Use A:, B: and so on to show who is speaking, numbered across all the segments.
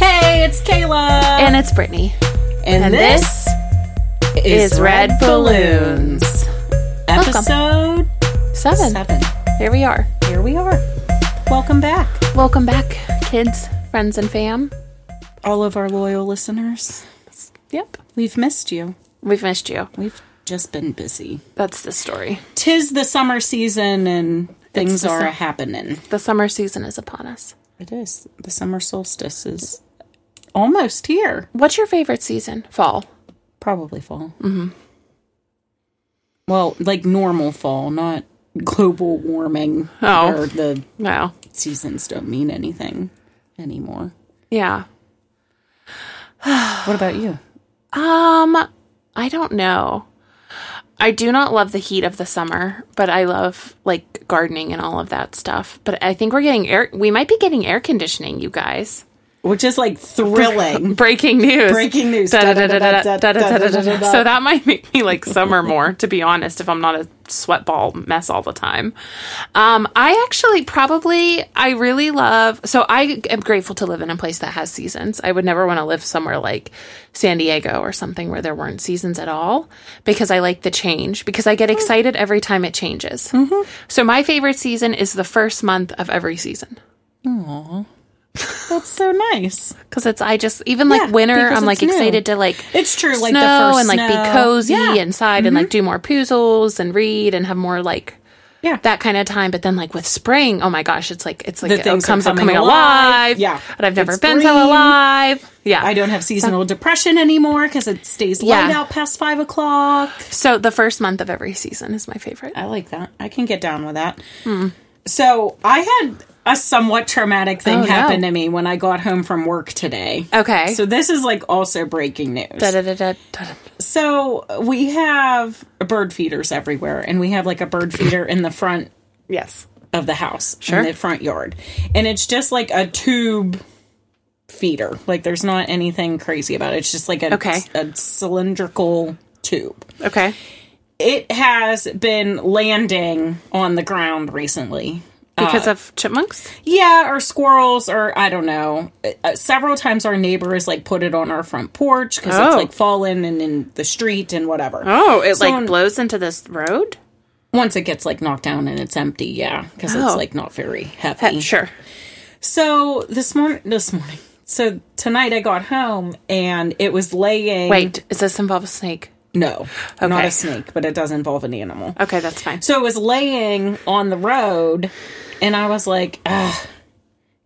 A: It's Kayla.
B: And it's Brittany.
A: And,
B: and
A: this,
B: is Red Balloons. Welcome.
A: Episode
B: Seven.
A: seven.
B: Here we are.
A: Here we are. Welcome back,
B: Welcome back, kids, friends, and fam.
A: all of our loyal listeners.
B: Yep.
A: We've missed you.
B: We've missed you.
A: We've just been busy.
B: That's the story.
A: Tis the summer season and things
B: the
A: are
B: sum-
A: a happening.
B: The summer season is upon us.
A: It is. The summer solstice is almost here.
B: What's your favorite season? Fall.
A: Probably fall. Mm-hmm. Well, like normal fall, not global warming
B: Oh.
A: or the
B: Wow.
A: seasons don't mean anything anymore.
B: Yeah.
A: What about you?
B: Um, I don't know. I do not love the heat of the summer, but I love like gardening and all of that stuff. But I think we're getting air. We might be getting air conditioning, you guys.
A: Which is like thrilling.
B: Breaking news.
A: Breaking news.
B: Da- da- da- da- da- da- da- da- da- da-
A: Da-da-da-da-da-da-da.
B: So that might make me like summer more, to be honest, if I'm not a sweatball mess all the time. Um, I actually probably, I really love, so I am grateful to live in a place that has seasons. I would never want to live somewhere like San Diego or something where there weren't seasons at all because I like the change, because I get
A: Mm-hmm.
B: excited every time it changes. So my favorite season is the first month of every season.
A: That's so nice.
B: Because it's I just even like
A: Yeah,
B: winter,
A: because
B: I'm
A: it's
B: like
A: new.
B: excited to like
A: It's true, like the
B: snow
A: first
B: and like
A: snow.
B: be cozy
A: Yeah. Mm-hmm.
B: inside and like do more puzzles and read and have more like
A: Yeah.
B: that kind of time. But then like with spring, oh my gosh, it's like it's like
A: The
B: it
A: things are
B: comes up
A: coming
B: coming
A: alive.
B: alive.
A: Yeah.
B: and I've never
A: It's
B: been
A: green.
B: so alive. Yeah,
A: I don't have seasonal depression anymore because it stays light
B: Yeah.
A: out past five o'clock.
B: So the first month of every season is my favorite.
A: I like that. I can get down with that. Hmm. So I had a somewhat traumatic thing
B: Oh, no.
A: happen to me when I got home from work today.
B: Okay.
A: So this is like also breaking news.
B: Da, da, da, da, da, da.
A: So we have bird feeders everywhere, and we have like a bird feeder in the front
B: Yes.
A: of the house
B: Sure.
A: in the front yard, and it's just like a tube feeder. Like there's not anything crazy about it. It's just like a,
B: Okay.
A: a cylindrical tube.
B: Okay.
A: It has been landing on the ground recently. Uh,
B: Because of chipmunks.
A: Yeah, or squirrels, or I don't know. Uh, several times our neighbor has like put it on our front porch because it's
B: Oh.
A: like fallen and in the street and whatever.
B: Oh, it
A: Someone-
B: like blows into this road.
A: once it gets like knocked down and it's empty, yeah, because it's
B: Oh.
A: like not very heavy.
B: Uh, Sure.
A: So this morning, this morning, so tonight I got home and it was laying.
B: Wait, does this involve a snake?
A: no, not
B: Okay.
A: a snake, but it does involve an animal.
B: Okay, that's fine.
A: So it was laying on the road, and I was like, Ugh,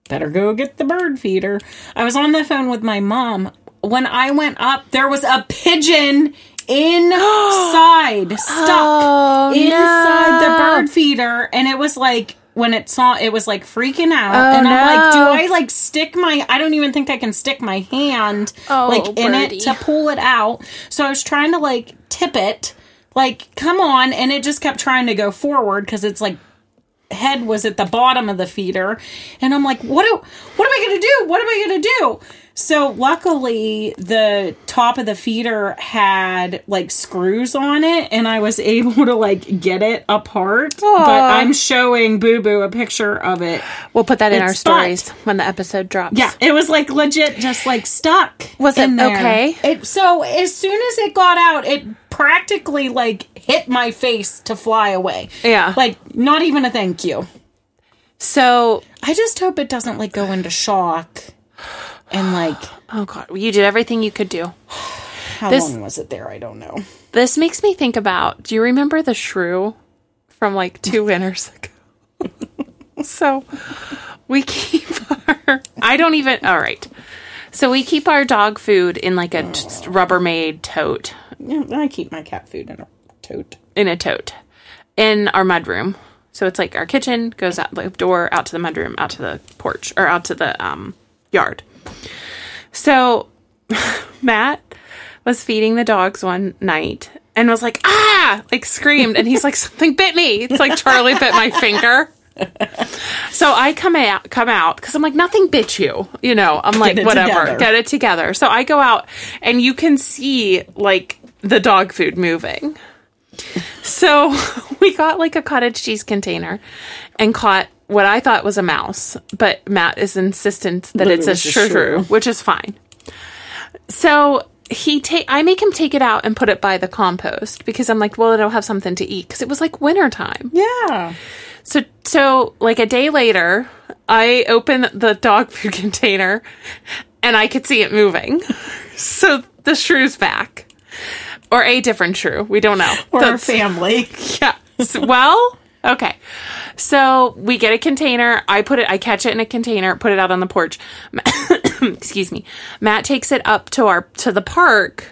A: better go get the bird feeder. I was on the phone with my mom. When I went up, there was a pigeon inside, stuck
B: Oh,
A: inside
B: no.
A: the bird feeder, and it was like when it saw it was like freaking out,
B: Oh,
A: and I'm like,
B: no.
A: do I like stick my? I don't even think I can stick my hand
B: Oh,
A: like in
B: birdie.
A: it to pull it out. So I was trying to like tip it, like come on, and it just kept trying to go forward because it's like head was at the bottom of the feeder and i'm like what do what am i going to do what am i going to do so luckily the top of the feeder had like screws on it and i was able to like get it apart but
B: Aw.
A: i'm showing boo boo a picture of it
B: We'll put that in our
A: It's stuck.
B: stories when the episode drops.
A: yeah it was like legit just like stuck
B: Was it
A: in there.
B: okay?
A: it, so as soon as it got out it practically like hit my face to fly away
B: Yeah.
A: like not even a thank you
B: So,
A: I just hope it doesn't like go into shock. And like,
B: oh god, you did everything you could do.
A: how
B: This-
A: long was it there? I don't know.
B: This makes me think about. Do you remember the shrew from like two winters ago? so, we keep our. I don't even. All right. So we keep our dog food in like a t- Rubbermaid tote
A: Yeah, I keep my cat food in a tote.
B: in a tote in our mudroom. So it's like our kitchen goes out the door, out to the mudroom, out to the porch, or out to the um, yard. So Matt was feeding the dogs one night and was like, ah, like screamed. And he's like, something bit me. It's like Charlie bit my finger. So I come out, come out because I'm like, nothing bit you, you know. I'm like,
A: it
B: whatever,
A: together.
B: get it together. So I go out, and you can see like the dog food moving. So we got like a cottage cheese container, and caught what I thought was a mouse, but Matt is insistent that
A: But
B: it's
A: it
B: a
A: was a
B: shrew,
A: shrew.
B: which is fine. So he take I make him take it out and put it by the compost because I'm like, well, it'll have something to eat because it was like winter time.
A: Yeah.
B: So so like a day later, I open the dog food container and I could see it moving. So the shrew's back. Or a different shrew. We don't know.
A: Or
B: The-
A: her family.
B: yeah. S- well, okay. So we get a container. I put it, I catch it in a container, put it out on the porch. Ma- Excuse me. Matt takes it up to our, to the park,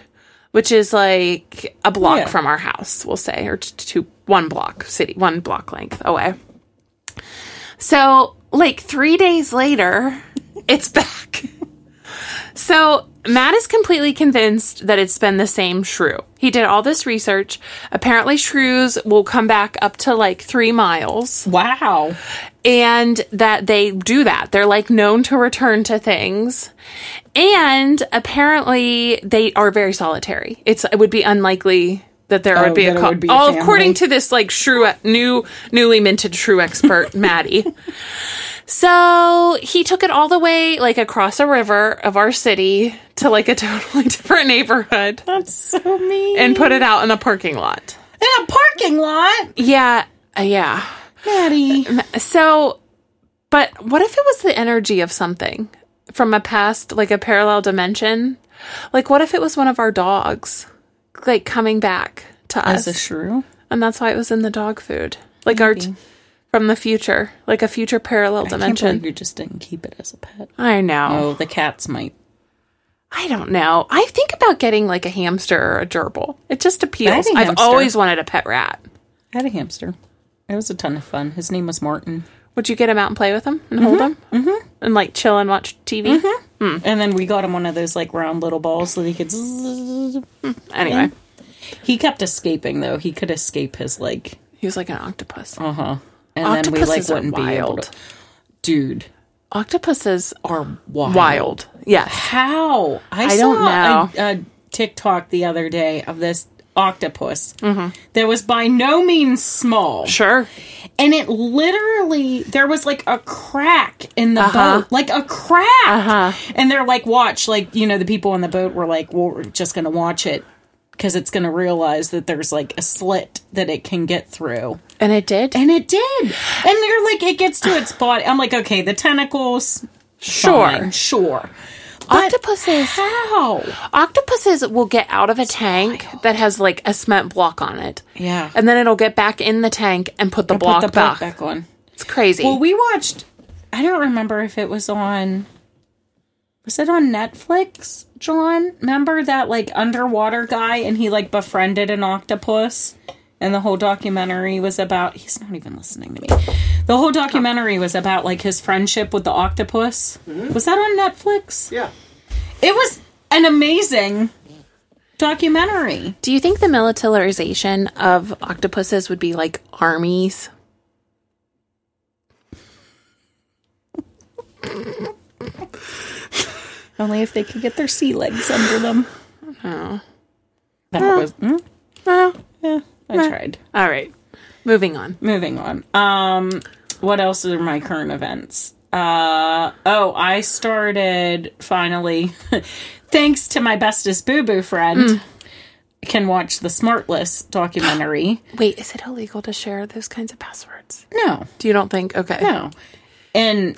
B: which is like a block
A: Yeah.
B: from our house, we'll say, or t- two, one block city, one block length away. So, like three days later, it's back. So Matt is completely convinced that it's been the same shrew. He did all this research. Apparently, shrews will come back up to like three miles,
A: Wow.
B: and that they do that. They're like known to return to things, and apparently they are very solitary. It's it would be unlikely that there would be
A: Oh, that
B: a
A: it
B: couple.
A: would be a
B: all
A: family.
B: according to this like shrew new newly minted shrew expert Maddie. So he took it all the way like across a river of our city to like a totally different neighborhood
A: That's so mean.
B: and put it out in a parking lot.
A: In a parking lot.
B: Yeah, uh, yeah.
A: Maddie.
B: So, but what if it was the energy of something from a past, like a parallel dimension? Like, what if it was one of our dogs, like coming back to us,
A: shrew?
B: and that's why it was in the dog food, like our t- from the future, like a future parallel dimension.
A: you just didn't keep it as a pet.
B: I know.
A: Oh, the cats might.
B: I don't know. I think about getting like a hamster or a gerbil. It just appeals.
A: think
B: I've
A: hamster.
B: always wanted a pet rat.
A: I had a hamster. It was a ton of fun. His name was Martin.
B: Would you get him out and play with him and hold him mm-hmm. and like chill and watch TV?
A: And then we got him one of those like round little balls so that he could. zzz.
B: Anyway,
A: He kept escaping though. He could escape his like.
B: he was like an octopus.
A: Uh huh. And then we like
B: Octopuses
A: wouldn't
B: are
A: be able
B: wild.
A: to. Dude,
B: Octopuses are
A: are wild.
B: wild. Yes.
A: How? I, saw
B: don't
A: A, a TikTok the other day of this octopus
B: Mm-hmm.
A: that was by no means small.
B: Sure.
A: and it literally there was like a crack in the
B: Uh-huh.
A: boat like a crack and they're like watch like you know the people on the boat were like well we're just gonna watch it because it's gonna realize that there's like a slit that it can get through
B: And it did?
A: and it did and they're like it gets to its body i'm like okay the tentacles
B: sure.
A: fine, sure But
B: Octopuses
A: how
B: octopuses will get out of a tank that has like a cement block on it.
A: Yeah.
B: And then it'll get back in the tank and put the block
A: put the block
B: back.
A: back on
B: It's crazy.
A: Well, we watched. I don't remember if it was on. Was it on Netflix, John? Remember that like underwater guy, and he like befriended an octopus, and the whole documentary was about. He's not even listening to me. The whole documentary was about like his friendship with the octopus. Was that on Netflix?
C: Yeah.
A: It was an amazing documentary.
B: Do you think the militarization of octopuses would be like armies?
A: Only if they could get their sea legs under them.
B: Oh.
A: That was. hmm?
B: Well,
A: Yeah, I tried.
B: all right. Moving on.
A: moving on. Um, what else are my current events? Uh, oh, I started finally, thanks to my bestest boo boo friend, can watch the Smartless documentary.
B: Wait, is it illegal to share those kinds of passwords?
A: no,
B: Do you don't think? Okay.
A: no. And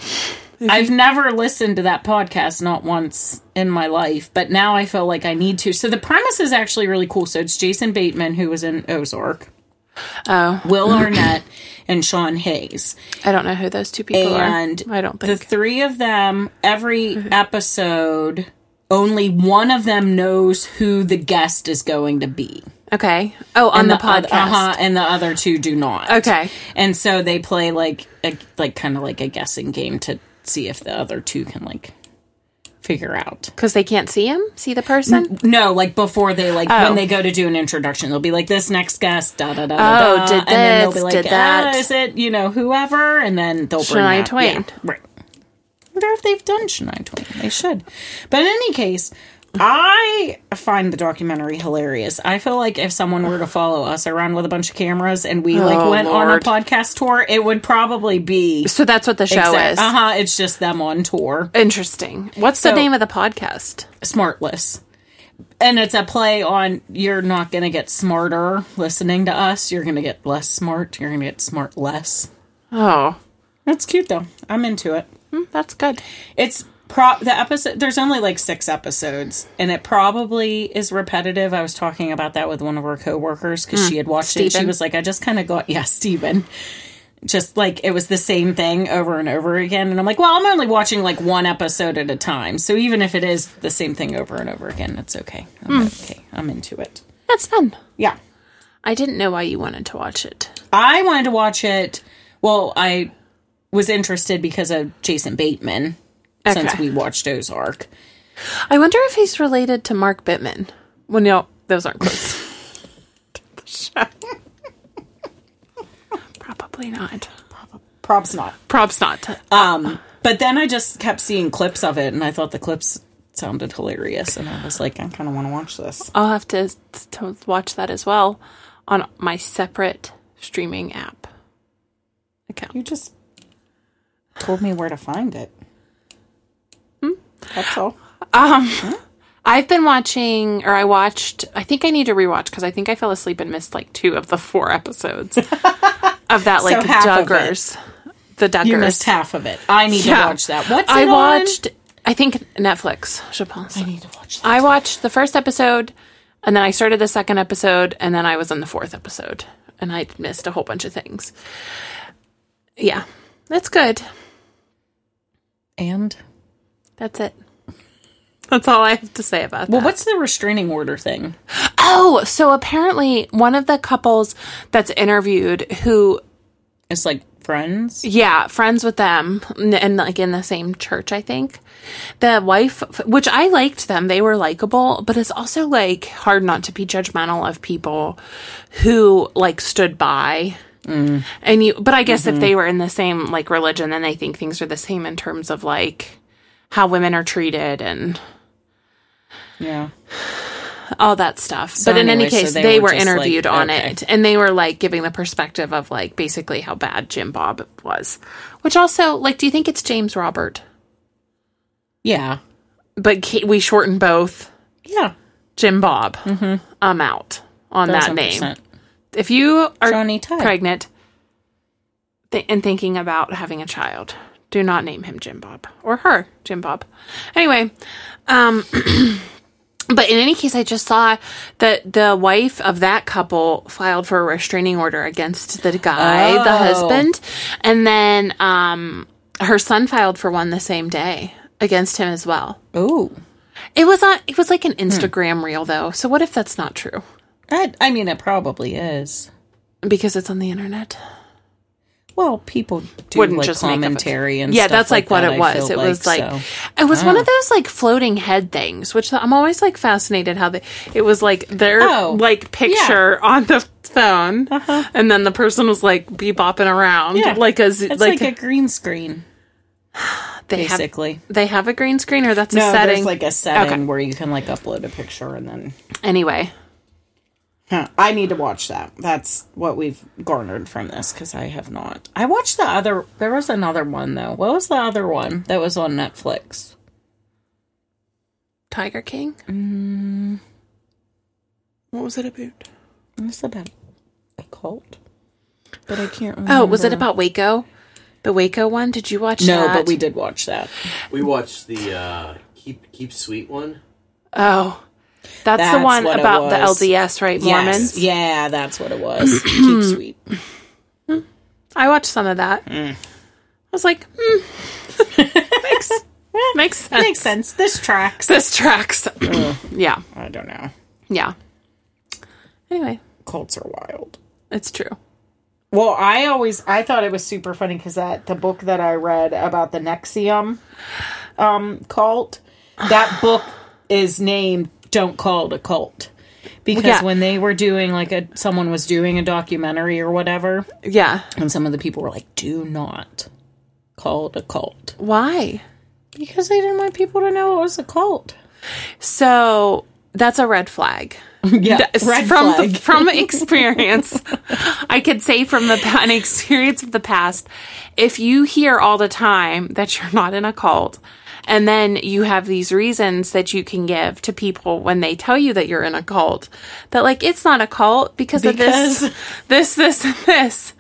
A: I've never listened to that podcast, not once in my life, but now I feel like I need to. So the premise is actually really cool. So it's Jason Bateman, who was in Ozark,
B: Oh,
A: Will Arnett, and Sean Hayes.
B: I don't know who those two people
A: and
B: are. I don't
A: the
B: think. Mm-hmm.
A: three of them every episode only one of them knows who the guest is going to be
B: okay. Oh, on the,
A: oth-
B: podcast.
A: uh-huh, and the other two do not
B: Okay.
A: and so they play like a, like kind of like a guessing game to see if the other two can like figure out
B: Because they can't see him, see the person.
A: no, like before they like
B: Oh.
A: when they go to do an introduction, they'll be like this next guest, da da da.
B: Oh,
A: da, da,
B: did
A: and then they'll be
B: this,
A: like,
B: did that.
A: "Ah, is it you know whoever? And then they'll bring
B: Shania
A: out-
B: Twain.
A: yeah, right. I wonder if they've done Shania Twain. They should. But in any case, I find the documentary hilarious. I feel like if someone were to follow us around with a bunch of cameras and we like
B: Oh,
A: went on a
B: Lord.
A: podcast tour, it would probably be
B: So that's what the show is.
A: uh huh. It's just them on tour,
B: Interesting. What's
A: So-
B: uh-huh. the name of the podcast?
A: smartless, and it's a play on you're not going to get smarter listening to us. You're going to get less smart. You're going to get smart less.
B: Oh,
A: That's cute though. I'm into it.
B: hmm, that's good.
A: It's pro the episode there's only like 6 episodes and it probably is repetitive. I was talking about that with one of our coworkers cuz she had watched it. She
B: Hmm. Steven.
A: was like I just kind of got yeah, Steven. Just like it was the same thing over and over again and I'm like, "Well, I'm only watching like one episode at a time. So even if it is the same thing over and over again, that's okay.
B: Hmm.
A: I'm okay. I'm into it."
B: That's fun.
A: Yeah.
B: I didn't know why you wanted to watch it.
A: I wanted to watch it. Well, I was interested because of Jason Bateman since
B: Okay.
A: we watched Ozark.
B: I wonder if he's related to Mark Bittman. Well, no, those aren't close. The show. Probably not.
A: Props not.
B: Props not. to-
A: Um, But then I just kept seeing clips of it, and I thought the clips sounded hilarious, and I was like, I kind of want to watch this.
B: I'll have to, to watch that as well on my separate streaming app account.
A: You just told me where to find it. Hmm? That's all.
B: I've been watching, or I watched, I think I need to rewatch because I think I fell asleep and missed like two of the four episodes of that, like,
A: half of it.
B: Duggars. The Duggars.
A: You missed half of it. I need to watch that. What's
B: I
A: it on?
B: watched, I think Netflix, je pense.
A: I need to watch that.
B: I watched the first episode and then I started the second episode and then I was on the fourth episode and I missed a whole bunch of things. Yeah, that's good.
A: And
B: That's it. That's all I have to say about that.
A: well, what's the restraining order thing?
B: Oh, so apparently one of the couples that's interviewed who,
A: It's like friends.
B: yeah, friends with them n- and like in the same church, I think. The wife, which I liked them, they were likable, but it's also like hard not to be judgmental of people who like stood by. And you, but I guess if they were in the same like religion, then they think things are the same in terms of like how women are treated and
A: Yeah.
B: all that stuff. but in
A: anyway,
B: any
A: so
B: case,
A: they
B: they,
A: were
B: were,
A: just, like,
B: interviewed on
A: okay.
B: it and they were like giving the perspective of like basically how bad Jim Bob was. Which also, like, do you think it's James Robert?
A: Yeah.
B: But ca- we shorten both
A: Yeah.
B: Jim Bob.
A: Mm-hmm.
B: I'm out on that name.
A: 100%.
B: If you are
A: Johnny Tide.
B: pregnant th- and thinking about having a child, do not name him Jim Bob or her Jim Bob. Anyway, um, but in any case, I just saw that the wife of that couple filed for a restraining order against the guy, the
A: Oh.
B: husband, and then um, her son filed for one the same day against him as well.
A: Ooh.
B: It was on. It was like
A: Hmm.
B: an Instagram reel though. So what if that's not true?
A: That, I mean, it probably is.
B: Because it's on the internet.
A: Well, people do
B: wouldn't
A: like
B: just make up a-
A: commentary and
B: yeah
A: stuff
B: that's like, what
A: that,
B: it
A: I
B: was
A: feel
B: it was like
A: so.
B: it was one of those like floating head things which i'm always like fascinated how they it was like their
A: Oh, Uh-huh.
B: like picture on the phone and then the person was like bebopping around
A: Yeah.
B: like a z-
A: it's
B: like,
A: like, a green screen
B: they have
A: basically.
B: they have a green screen or that's a
A: no,
B: setting
A: there's like a setting
B: Okay.
A: where you can like upload a picture and then.
B: anyway
A: Huh, I need to watch that. That's what we've garnered from this because I have not. I watched the other. There was another one though. What was the other one that was on Netflix?
B: tiger king what was it about
A: It was about a cult, but I can't. remember.
B: oh was it about waco the waco one did you watch
A: Mm-hmm. No,
B: that?
A: but we did watch that.
C: We watched the uh, keep keep sweet one.
B: oh that's,
A: That's
B: the one
A: what it
B: about the
A: was.
B: lds right
A: Yes,
B: mormons
A: yeah, that's what it was. Keep sweet.
B: I watched some of that. I was like, hmm. makes, makes sense.
A: Makes sense. This tracks.
B: This tracks. yeah.
A: I don't know.
B: Yeah. Anyway,
A: Cults are wild.
B: it's true.
A: Well, I always I thought it was super funny because that the book that I read about the Nexium um, cult, that book is named "Don't Call It a Cult" because
B: Yeah.
A: when they were doing like a someone was doing a documentary or whatever,
B: Yeah.
A: and some of the people were like, "Do not call it a cult,"
B: Why?
A: because they didn't want people to know it was a cult.
B: So that's a red flag.
A: yeah,
B: Yes,
A: red
B: from
A: flag.
B: from experience, I could say from the pa- an experience of the past, if you hear all the time that you're not in a cult, and then you have these reasons that you can give to people when they tell you that you're in a cult, that like it's not a cult because,
A: Because-
B: of this, this, this, and this,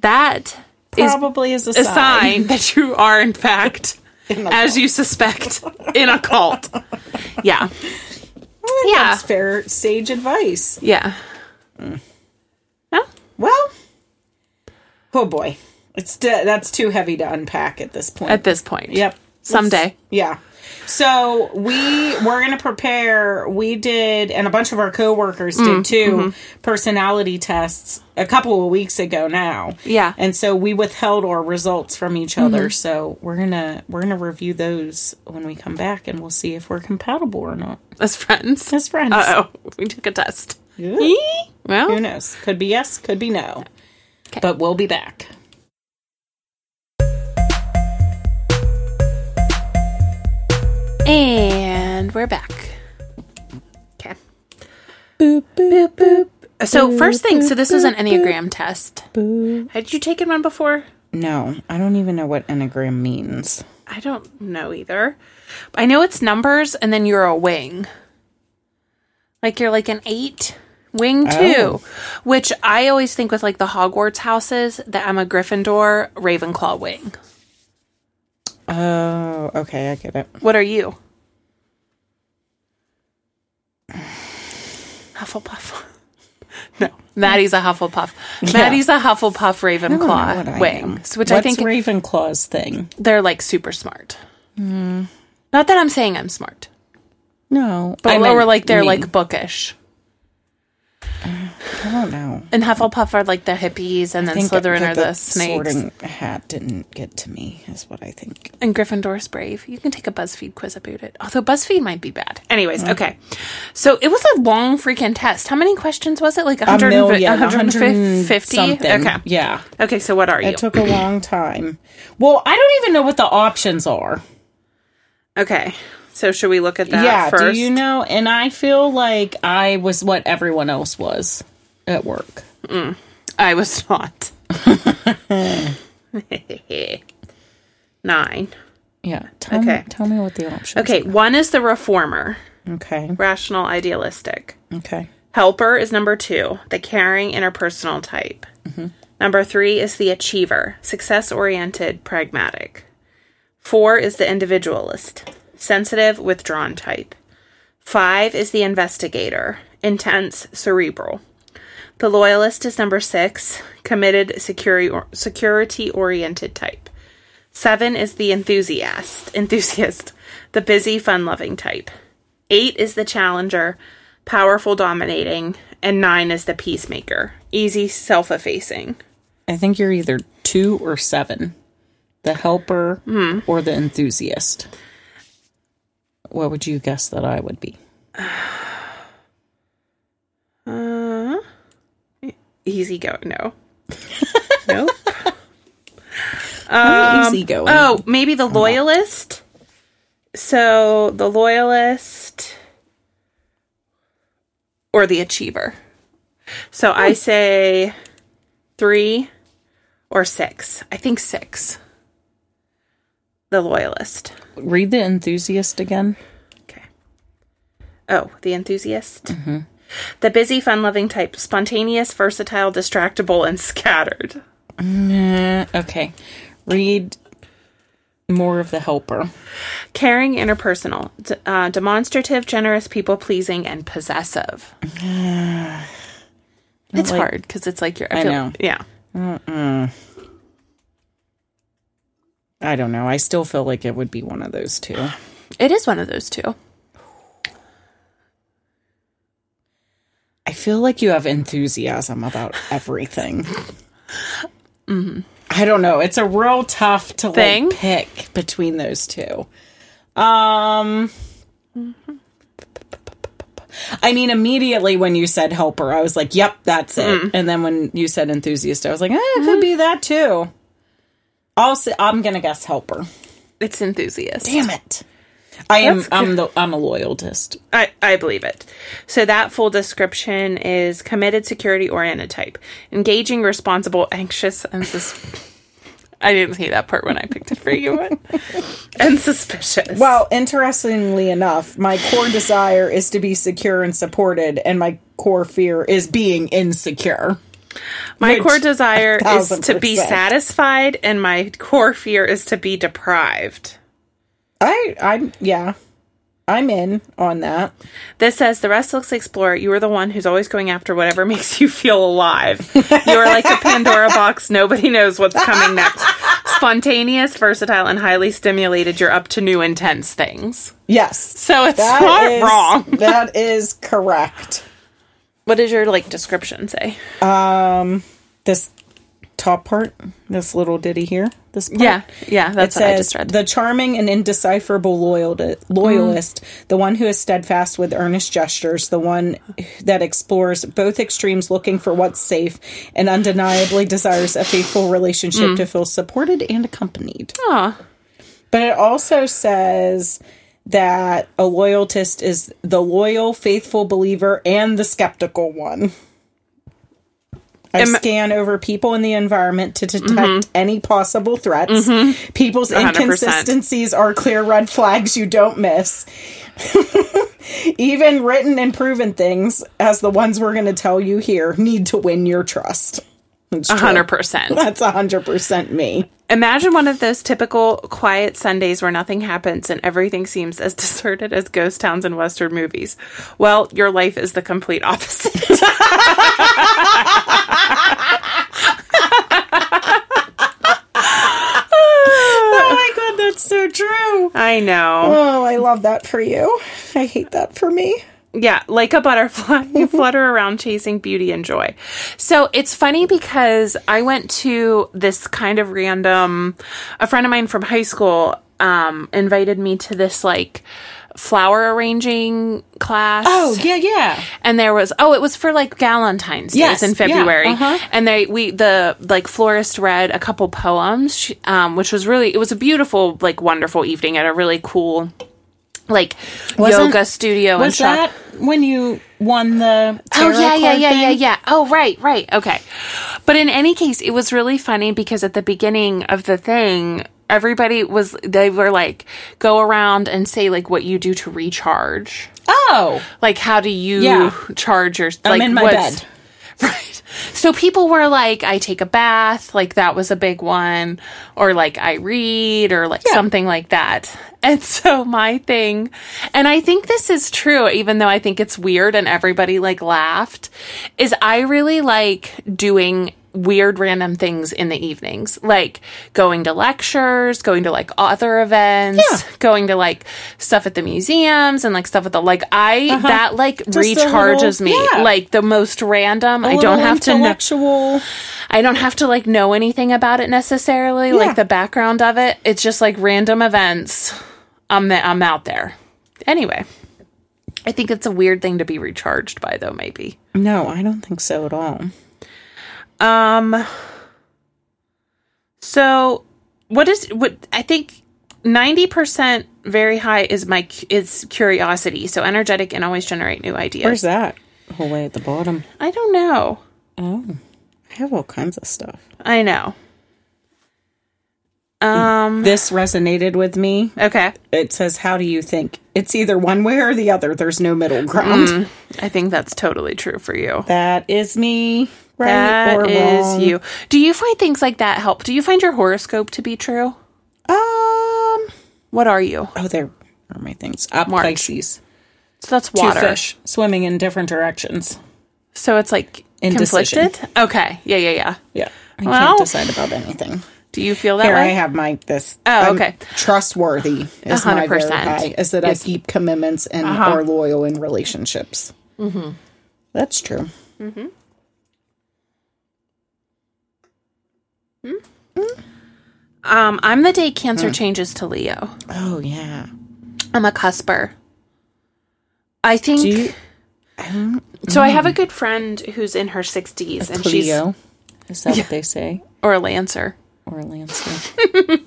B: that is
A: probably is a,
B: a
A: sign.
B: sign that you are in fact, as you suspect, in a cult. Yeah, Yeah.
A: That's fair sage advice.
B: yeah.
A: Mm.
B: Well,
A: Well, oh boy, it's that's too heavy to unpack at this point.
B: at this point.
A: Yep.
B: Someday.
A: Yeah. So we we're gonna prepare. We did, and a bunch of our coworkers did
B: Mm,
A: too.
B: mm-hmm.
A: Personality tests a couple of weeks ago now.
B: Yeah. Mm-hmm.
A: and so we withheld our results from each other. So we're gonna we're gonna review those when we come back, and we'll see if we're compatible or not
B: As friends.
A: as friends.
B: Uh oh. We took a test.
A: Yeah. Who
B: Well,
A: knows? Could be yes, could be no.
B: 'Kay.
A: But we'll be back.
B: and we're back. Okay. Boop, boop, boop. So, first thing, so this was an Enneagram test. Had you taken one before?
A: No, I don't even know what Enneagram means.
B: I don't know either. I know it's numbers, and then you're a wing. Like you're like an eight wing two,
A: Oh.
B: which I always think with like the Hogwarts houses that I'm a Gryffindor, Ravenclaw wing.
A: Oh, okay, I get it.
B: What are you? Hufflepuff. No, Maddie's a Hufflepuff. Maddie's a Hufflepuff
A: what I
B: Ravenclaw
A: am.
B: wings, which I
A: What's
B: think
A: Ravenclaw's thing.
B: they're like super smart.
A: Hmm.
B: Not that I'm saying I'm smart,
A: No,
B: but
A: meant
B: we're like they're
A: me.
B: like bookish.
A: I don't know.
B: And Hufflepuff are like the hippies, and then
A: I think
B: Slytherin
A: that
B: are the,
A: the
B: snakes.
A: Sorting hat didn't get to me, is what I think.
B: And Gryffindor's brave. You can take a BuzzFeed quiz about it. Although BuzzFeed might be bad. Anyways,
A: Mm.
B: okay. So it was a long freaking test. How many questions was it? Like
A: A
B: 100,
A: million,
B: 150?
A: 150 something.
B: Okay.
A: yeah.
B: Okay, so what are you?
A: It took a long time. Well, I don't even know what the options are.
B: okay. So should we look at that
A: yeah,
B: first?
A: do you know? And I feel like I was what everyone else was at work.
B: I was not. Nine.
A: Yeah. Tell
B: Okay.
A: Me, tell me what the options.
B: Okay, one is the reformer,
A: Okay.
B: rational, idealistic.
A: Okay.
B: Helper is number two, the caring interpersonal type. Number three is the achiever, success oriented, pragmatic. Four is the individualist, sensitive, withdrawn type. Five is the investigator, intense, cerebral. The loyalist is number six, committed, security oriented type. Seven is the enthusiast, enthusiast, the busy, fun loving type. Eight is the challenger, powerful, dominating, and nine is the peacemaker, easy, self effacing.
A: I think you're either two or seven, the helper or the enthusiast. What would you guess that I would be?
B: Easy go, no. nope.
A: Easy going.
B: Oh, maybe the loyalist. So the loyalist or the achiever. So I say three or six. I think six. The loyalist.
A: Read the enthusiast again.
B: Okay. Oh, the enthusiast. The busy, fun loving type, spontaneous, versatile, distractible, and scattered.
A: Uh, okay. Read more of the helper.
B: Caring, interpersonal, d- uh, demonstrative, generous, people pleasing, and possessive. it's
A: like-
B: hard because it's like you're. I,
A: I
B: feel-
A: know.
B: Yeah.
A: I don't know. I still feel like it would be one of those two.
B: It is one of those two.
A: I feel like you have enthusiasm about everything. Mm-hmm. I don't know. It's a real tough to
B: Thing?
A: like pick between those two. Um I mean immediately when you said helper, I was like, "Yep, that's it." And then when you said enthusiast, I was like, eh, "It could be that too." I'll say, I'm going to guess helper.
B: It's enthusiast.
A: Damn it. I am. I'm the. I'm a loyalist.
B: I, I believe it. So that full description is committed, security oriented type, engaging, responsible, anxious, and sus- I didn't see that part when I picked it for you, but- and suspicious.
A: Well, interestingly enough, my core desire is to be secure and supported, and my core fear is being insecure.
B: my core desire is to be
A: 1000%.
B: satisfied, and my core fear is to be deprived.
A: I. I'm. Yeah. I'm in on that.
B: This says the restless explorer. You are the one who's always going after whatever makes you feel alive. You are like a Pandora box. Nobody knows what's coming next. Spontaneous, versatile, and highly stimulated. You're up to new intense things.
A: Yes.
B: So it's
A: That
B: not
A: is-
B: wrong.
A: that is correct.
B: What does your like description say?
A: This top part, this little ditty here, this part.
B: Yeah, yeah,
A: It
B: that's what I
A: says
B: just read.
A: the charming and indecipherable loyal loyalist, the one who is steadfast with earnest gestures, the one that explores both extremes, looking for what's safe, and undeniably desires a faithful relationship to feel supported and accompanied.
B: Mm. Aw.
A: But it also says that a loyalist is the loyal, faithful believer and the skeptical one. I scan over people in the environment to detect any possible threats. People's
B: 100%.
A: inconsistencies are clear red flags you don't miss. Even written and proven things, as the ones we're going to tell you here, need to win your trust. It's true.
B: 100%.
A: That's 100% me.
B: Imagine one of those typical quiet Sundays where nothing happens and everything seems as deserted as ghost towns in Western movies. Well, your life is the complete opposite.
A: Oh my God, that's so true.
B: I know.
A: Oh, I love that for you. I hate that for me.
B: Yeah, like a butterfly, you flutter around chasing beauty and joy. So it's funny because I went to this kind of random, a friend of mine from high school um, invited me to this like flower arranging class.
A: Oh, yeah, yeah.
B: and there was oh, it was for like Valentine's
A: Yes,
B: Days in
A: yeah,
B: February,
A: uh-huh.
B: and they we the like florist read a couple poems, she- um, which was really it was a beautiful like wonderful evening at a really cool. Like
A: Wasn't-
B: yoga studio and
A: Was
B: shop.
A: that when you won the?
B: Oh
A: tarot
B: yeah, yeah,
A: card
B: yeah,
A: thing?
B: yeah, yeah. Oh right, right. Okay. But in any case, it was really funny because at the beginning of the thing, everybody was they were like go around and say like what you do to recharge.
A: Oh,
B: Like how do you
A: Yeah.
B: charge your
A: I'm
B: like
A: in my
B: what's-
A: bed.
B: Right. So people were like, I take a bath, like that was a big one, or like I read, or like something like that. And so my thing, and I think this is true, even though I think it's weird and everybody like laughed, is I really like doing weird random things in the evenings, like going to lectures, going to like author events,
A: Yeah.
B: going to like stuff at the museums and like stuff at the like I that like
A: Uh-huh. a little-
B: recharges me.
A: yeah.
B: Like the most random. I
A: I
B: don't have to know,
A: intellectual.
B: I don't have to like know anything about it necessarily, like the background of it. It's just like random events. I'm the, I'm out there. Anyway, I think it's a weird thing to be recharged by though maybe.
A: No, I don't think so at all.
B: Um so what is what I think 90% very high is my cu- is curiosity. So energetic and always generate new ideas.
A: Where's that? Whole way at the bottom. Oh,
B: I don't know.
A: I have all kinds of stuff.
B: I know. Um.
A: This resonated with me.
B: Okay.
A: It says, "How do you think?" It's either one way or the other. There's no middle ground.
B: I think that's totally true for you.
A: That is me. Right or
B: That is
A: wrong.
B: you. Do you find things like that help? Do you find your horoscope to be true?
A: Um.
B: What are you?
A: Oh, there are my things. Up
B: March.
A: Pisces.
B: So that's
A: Two
B: water.
A: fish swimming in different directions.
B: So it's like
A: Indecision.
B: conflicted. Okay. Yeah. Yeah. Yeah.
A: Yeah. I
B: Well-
A: can't decide about anything.
B: Do you feel that
A: Here I
B: way?
A: have my this.
B: Oh, okay.
A: Trustworthy is my very
B: 100%.
A: high, is that I keep commitments and
B: Uh-huh.
A: are loyal in relationships. Mm-hmm. That's true.
B: um, I'm the day Cancer
A: Mm.
B: changes to Leo.
A: Oh yeah.
B: I'm a cusper. I think.
A: Do you
B: so I have a good friend who's in her 60s, and she's
A: Cleo? Is that what they say?
B: or a Lancer.
A: or Lancey.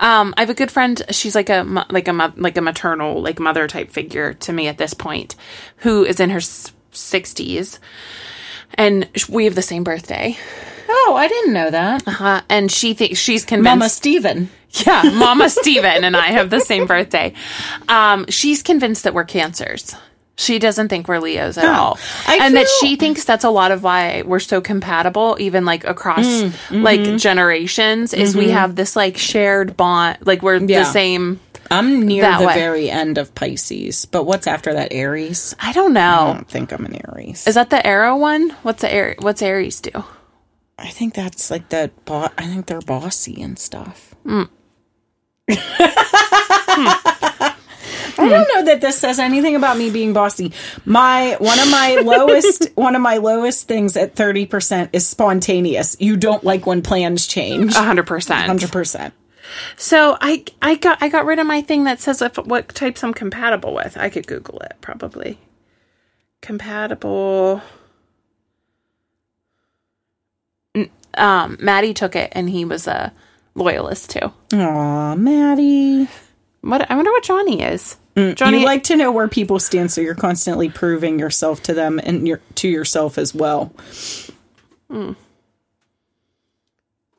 B: Um, I have a good friend. She's like a mo- like a mo- like a maternal like mother type figure to me at this point, who is in her sixties, and sh- we have the same birthday.
A: oh, I didn't know that.
B: Uh, and she thinks she's convinced.
A: Uh-huh. Mama Steven.
B: Yeah, Mama Steven and I have the same birthday. Um, she's convinced that we're cancers. She doesn't think we're Leos at all.
A: I
B: and that
A: feel-
B: she thinks that's a lot of why we're so compatible, even like across
A: Mm, mm-hmm.
B: like generations, is we have this like shared bond. Like we're
A: Yeah.
B: the same.
A: I'm near
B: That
A: the
B: way.
A: very end of Pisces, but what's after that? Aries.
B: I don't know.
A: I don't think I'm an Aries.
B: Is that the arrow one? What's the Aries? What's Aries do?
A: I think that's like the bo- I think they're bossy and stuff. Hmm. I don't know that this says anything about me being bossy. My one of my lowest one of my lowest things at 30% is spontaneous. You don't like when plans change.
B: A hundred percent.
A: 100%.
B: So I I got I got rid of my thing that says if, what types I'm compatible with. I could Google it probably. Compatible. N- Um, Maddie took it and he was a loyalist too.
A: Aw, Maddie.
B: What I wonder what Johnny is.
A: You
B: Johnny
A: like to know where people stand, so you're constantly proving yourself to them and your, to yourself as well.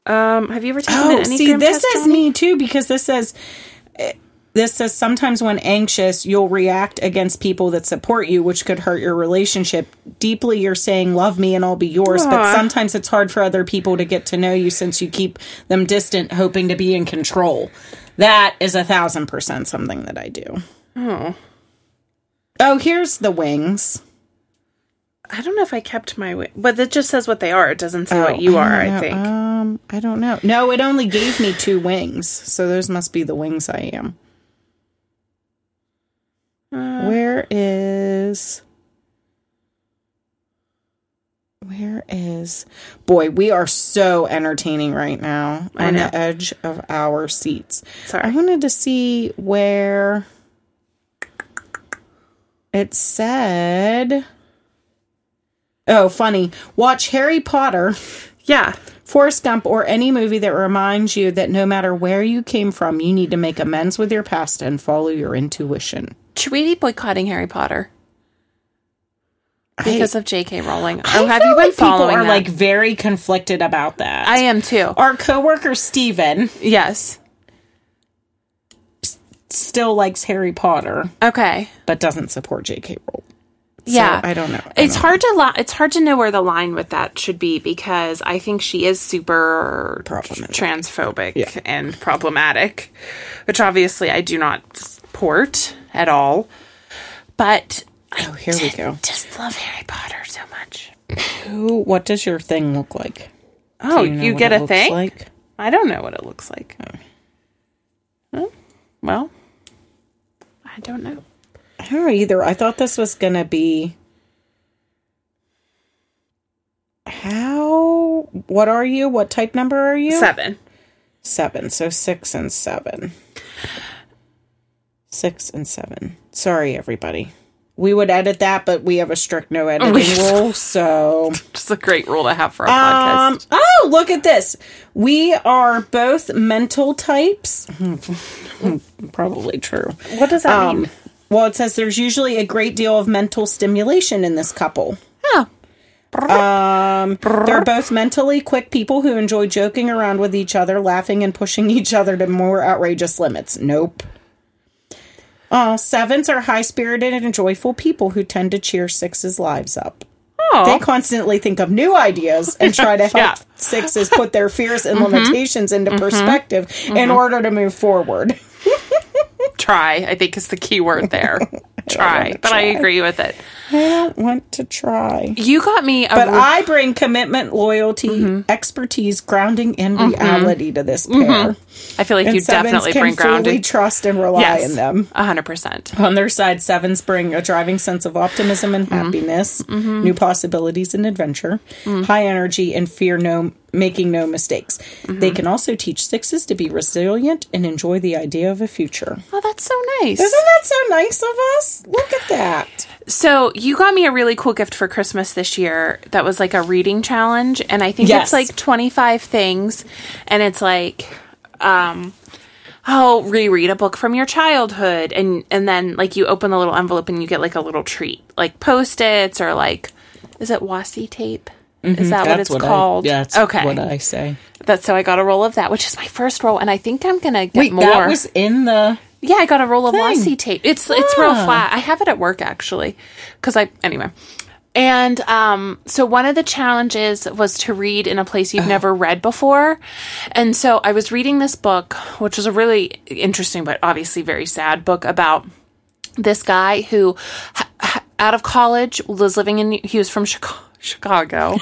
B: um have you ever taken
A: Oh,
B: an Enneagram
A: see, this
B: test,
A: is
B: Johnny?
A: me too because this says eh, this says sometimes when anxious, you'll react against people that support you, which could hurt your relationship. Deeply, you're saying "love me" and I'll be yours, but
B: Aw.
A: sometimes it's hard for other people to get to know you since you keep them distant, hoping to be in control. That is a thousand percent something that I do. Oh, oh, here's the wings.
B: I don't know if I kept my wi- but it just says what they are. It doesn't say what
A: Oh,
B: you are,
A: don't
B: I Uh.
A: know.
B: think.
A: Um, I don't know. No, it only gave me two wings, so those must be the wings I am.
B: Uh,
A: Where is? Where is? Boy, we are so entertaining right now
B: I
A: on
B: know.
A: the edge of our seats.
B: Sorry.
A: I wanted to see where it said. Oh, funny. Watch Harry Potter.
B: yeah.
A: Forrest Gump, or any movie that reminds you that no matter where you came from, you need to make amends with your past and follow your intuition.
B: Should we be boycotting Harry Potter? Because of J.K. Rowling.
A: I
B: Oh, have
A: feel
B: you been
A: like
B: following
A: People are
B: that?
A: like very conflicted about that.
B: I am too.
A: Our coworker Steven
B: Yes.
A: still likes Harry Potter,
B: Okay.
A: but doesn't support J.K. Rowling.
B: Yeah.
A: I don't know. I
B: It's
A: don't-
B: hard to li- it's hard to know where the line with that should be because I think she is super
A: Problematic.
B: transphobic and problematic, which obviously I do not support at all. But I
A: Oh, here we go.
B: just love Harry Potter so much.
A: Who? What does your thing look like?
B: Oh,
A: Do
B: you,
A: know what
B: get
A: it
B: a
A: looks
B: thing?
A: Like?
B: I don't know what it looks like.
A: Oh.
B: Huh? Well, I don't know.
A: I don't know either. I thought this was gonna be how. What are you? What type number are you?
B: Seven.
A: Seven. So six and seven. Six and seven. Sorry, everybody. We would edit that, but we have a strict no editing rule. So,
B: Just a great rule to have for our
A: um, oh, look at this. We are both mental types. Probably true.
B: podcast. What does that
A: Um, well, it says there's usually a great deal of mental stimulation in this couple.
B: Oh.
A: Um, they're both mentally quick people who enjoy joking around with each other, laughing and pushing each other to more outrageous limits. Nope. Uh, sevens are high spirited and joyful people who tend to cheer sixes' lives up.
B: Oh.
A: They constantly think of new ideas and try to help
B: Yeah.
A: sixes put their fears and limitations into perspective in order to move forward.
B: try i think is the key word there try but i agree with it
A: I don't want to try.
B: you got me a
A: But
B: r-
A: I bring commitment, loyalty,
B: Mm-hmm.
A: expertise, grounding, and reality to this pair.
B: I feel Mm-hmm. like you
A: sevens
B: definitely
A: can
B: bring
A: fully
B: grounded
A: trust and rely
B: yes
A: in them.
B: 100%
A: On their side, sevens bring a driving sense of optimism and
B: Mm-hmm.
A: happiness, new possibilities and adventure,
B: Mm.
A: high energy and fear no making no mistakes.
B: Mm-hmm.
A: They can also teach sixes to be resilient and enjoy the idea of a future.
B: oh that's so nice
A: Isn't that so nice of us? Look at that.
B: So you got me a really cool gift for Christmas this year that was like a reading challenge, and I think
D: Yes.
B: it's like twenty five things, and it's like, um, oh, reread a book from your childhood, and and then like you open the little envelope and you get like a little treat, like post its or like, is it washi tape? Is that what it's called?
A: Mm-hmm. I, yeah, that's
B: okay.
A: what I say.
B: That's so I got a roll of that, which is my first roll, and I think I'm gonna get
A: Wait,
B: more.
A: that was in the.
B: Yeah, I got a roll of
A: Thing.
B: washi tape. It's it's real
A: Ah.
B: flat. I have it at work actually, because I anyway. And um, so one of the challenges was to read in a place you've
A: Uh-huh.
B: never read before, and so I was reading this book, which was a really interesting but obviously very sad book about this guy who, h- h- out of college, was living in. He was from Chicago. Chicago,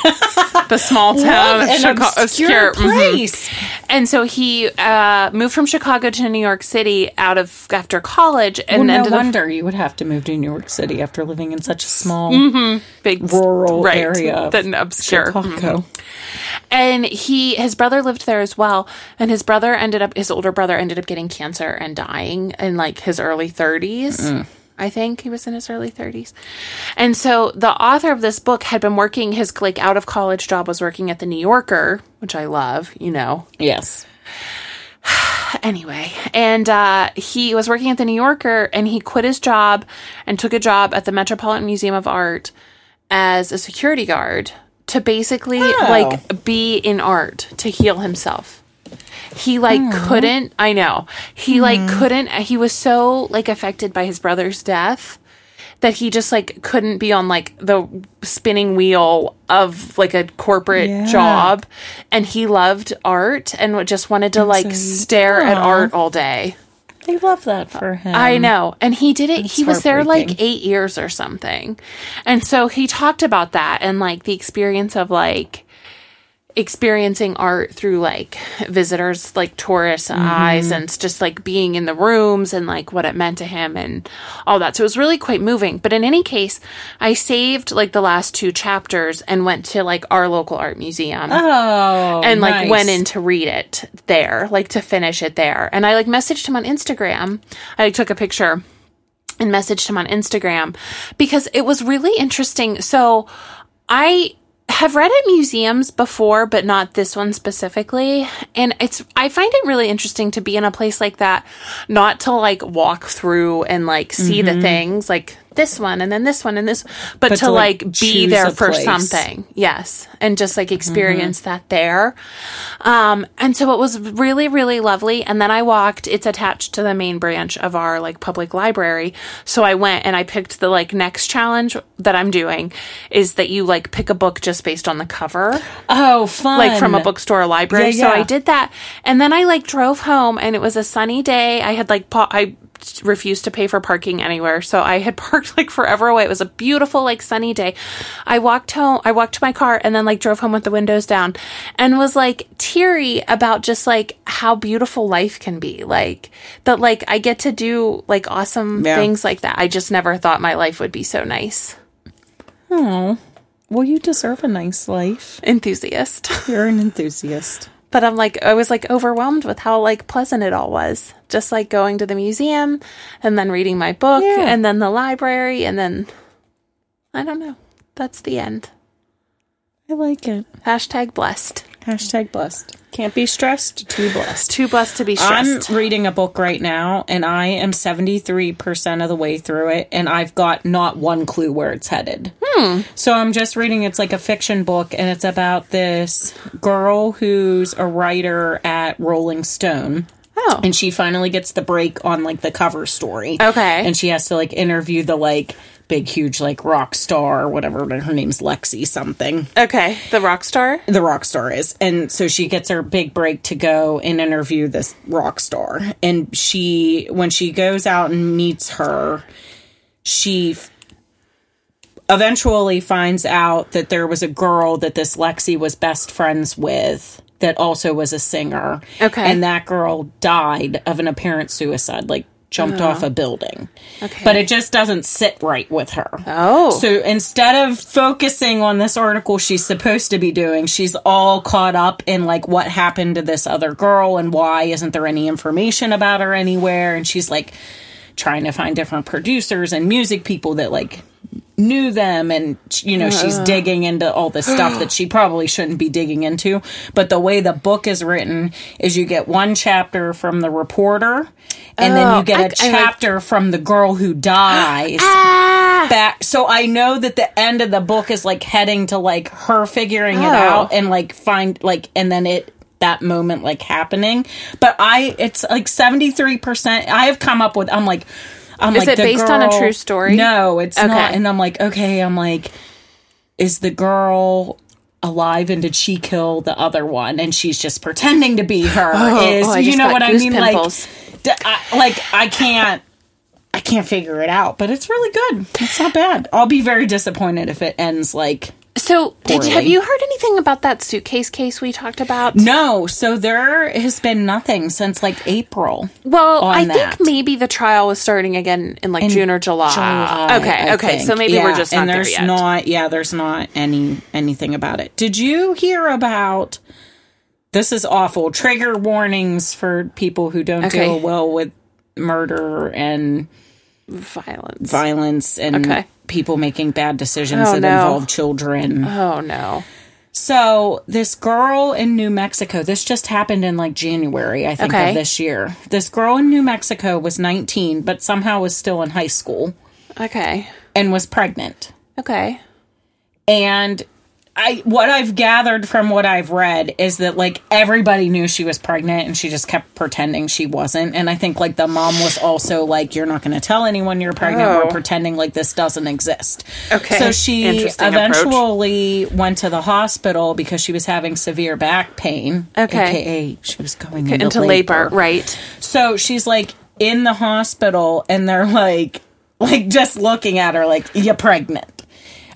B: the small town, of
A: an
B: Chicago,
A: obscure
B: obscure, mhm.
A: place.
B: And so he uh, moved from Chicago to New York City out of after college, and
A: no
B: ended up
A: wonder you would have to move to New York City after living in such a small
B: big
A: rural area of
B: then obscure. mm-hmm.
A: Chicago.
B: And he, his brother lived there as well, and his brother ended up, his older brother ended up getting cancer and dying in like his early 30s. I think he was in his early 30s. And so the author of this book had been working his like out of college job was working at the New Yorker, which I love, you know,
A: Yes.
B: anyway, and uh, he was working at the New Yorker, and he quit his job and took a job at the Metropolitan Museum of Art as a security guard to basically like be in art to heal himself. He like couldn't. I know he like couldn't. He was so like affected by his brother's death that he just like couldn't be on like the spinning wheel of like a corporate
A: Yeah.
B: job and he loved art and would- just wanted to like stare at
A: Aw.
B: art all day
A: They love that for him.
B: I know. And he did it. He was there like
A: heartbreaking.
B: eight years or something. And so he talked about that and like the experience of like experiencing art through like visitors, like tourists'
A: Mm-hmm.
B: eyes, and it's just like being in the rooms and like what it meant to him and all that. So it was really quite moving. But in any case, I saved like the last two chapters and went to like our local art museum
A: Oh,
B: and like
A: nice.
B: went in to read it there, like to finish it there. And I like messaged him on Instagram. I like, took a picture and messaged him on Instagram because it was really interesting. So I have read at museums before, but not this one specifically. And it's I find it really interesting to be in a place like that, not to like walk through and like see the things like this one and then this one and this, but, to,
A: Mm-hmm. to,
B: like,
A: like,
B: be
A: choose
B: there
A: a
B: for
A: place.
B: something. Yes. And just like experience that there. Um, and so it was really, really lovely. And then I walked, it's attached to the main branch of our like public library. So I went and I picked the like next challenge that I'm doing is that you like pick a book just based on the cover,
A: Oh, fun.
B: like from a bookstore or library.
A: Yeah,
B: So I
A: yeah.
B: did that. And then I like drove home and it was a sunny day. I had like, pa- I refused to pay for parking anywhere. So I had parked like forever away. It was a beautiful, like sunny day. I walked home, I walked to my car and then like drove home with the windows down and was like teary about just like how beautiful life can be. Like that, like I get to do like awesome
A: Yeah.
B: things like that. I just never thought my life would be so nice.
A: Oh. Well, you deserve a nice life.
B: Enthusiast.
A: You're an enthusiast.
B: but I'm like I was like overwhelmed with how like pleasant it all was. Just like going to the museum and then reading my book
A: Yeah.
B: and then the library and then I don't know. That's the end.
A: I like it.
B: Hashtag blessed.
A: Hashtag blessed. Can't be stressed. Too blessed.
B: Too blessed to be
A: I'm
B: stressed.
A: reading a book right now, and I am 73% of the way through it, and I've got not one clue where it's headed.
B: Hmm.
A: So I'm just reading, it's like a fiction book, and it's about this girl who's a writer at Rolling Stone.
B: oh.
A: and she finally gets the break on like the cover story.
B: Okay.
A: And she has to like interview the like big huge like rock star or whatever her name's Lexi something.
B: Okay. The rock star.
A: The rock star is. And so she gets her big break to go and interview this rock star. And she when she goes out and meets her, she f- eventually finds out that there was a girl that this Lexi was best friends with that also was a singer.
B: Okay.
A: And that girl died of an apparent suicide, like jumped off a building.
B: Oh. Okay.
A: But it just doesn't sit right with her.
B: Oh.
A: So instead of focusing on this article she's supposed to be doing, she's all caught up in like what happened to this other girl and why isn't there any information about her anywhere and she's like trying to find different producers and music people that like knew them and you know she's
B: Uh.
A: digging into all this stuff that she probably shouldn't be digging into but the way the book is written is you get one chapter from the reporter and then
B: Oh,
A: you get
B: I-
A: a
B: I like-
A: chapter from the girl who dies
B: Ah!
A: back so i know that the end of the book is like heading to like her figuring it
B: Oh.
A: out and like find like and then it that moment like happening but i it's like 73% i have come up with i'm like i'm
B: Is
A: like
B: it
A: the
B: based on a
A: girl-
B: true story?
A: no it's not
B: Okay.
A: and i'm like okay i'm like is the girl alive and did she kill the other one and she's just pretending to be her is
B: oh, I
A: you
B: just
A: know
B: got
A: what i
B: goose
A: mean
B: pimples.
A: like d I like i can't i can't figure it out but it's really good it's not bad i'll be very disappointed if it ends like
B: So, did, have
A: Poorly.
B: you heard anything about that suitcase case we talked about?
A: no so there has been nothing since like april
B: Well,
A: on
B: I
A: that.
B: think maybe the trial was starting again in like June or July.
A: July,
B: okay,
A: I
B: okay.
A: think.
B: So maybe
A: Yeah,
B: we're just not
A: and
B: there
A: there's
B: yet.
A: not yeah there's not any anything about it did you hear about this is awful trigger warnings for people who don't
B: Okay.
A: deal well with murder and
B: Violence.
A: violence and
B: Okay.
A: people making bad decisions
B: Oh,
A: that
B: no.
A: involve children
B: oh no.
A: so this girl in New Mexico, this just happened in like January, I think,
B: Okay.
A: of this year. This girl in New Mexico was 19, but somehow was still in high school
B: Okay.
A: and was pregnant.
B: Okay.
A: And I what I've gathered from what I've read is that like everybody knew she was pregnant and she just kept pretending she wasn't. And I think like the mom was also like, You're not gonna tell anyone you're pregnant.
B: Oh.
A: We're pretending like this doesn't exist.
B: Okay.
A: So she
B: Interesting approach.
A: eventually went to the hospital because she was having severe back pain.
B: Okay.
A: AKA she was going into,
B: Into labor,
A: labor.
B: right?
A: So she's like in the hospital and they're like like just looking at her like you're pregnant.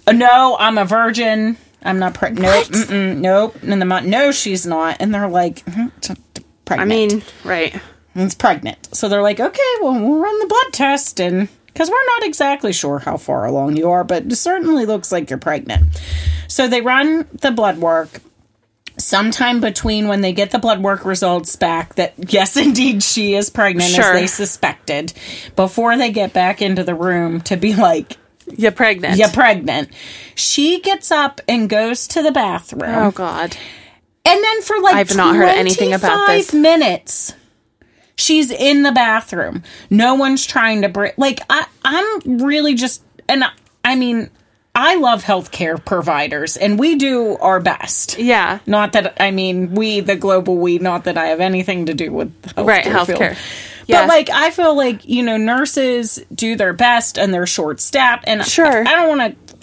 A: Uh, No, I'm a virgin. I'm not pregnant. Nope, mm-mm, nope. And the mom, no, she's not. And they're like, "Mhm, t- t-
B: I
A: pregnant.
B: mean, right.
A: it's pregnant. So they're like, okay, well, we'll run the blood test and because we're not exactly sure how far along you are, but it certainly looks like you're pregnant. So they run the blood work. Sometime between when they get the blood work results back, that yes, indeed, she is pregnant
B: Sure.
A: as they suspected, before they get back into the room to be like,
B: You're pregnant.
A: you're pregnant. She gets up and goes to the bathroom.
B: Oh god.
A: And then for like
B: I've not heard anything about this.
A: 25 minutes. She's in the bathroom. No one's trying to break. Like I, I'm really just, and I, I mean, I love healthcare providers, and we do our best.
B: Yeah.
A: Not that I mean, we, the global we. Not that I have anything to do with healthcare
B: Right,
A: field.
B: healthcare.
A: But like I feel like you know nurses do their best and they're short staffed and I-
B: Sure.
A: I, don't want to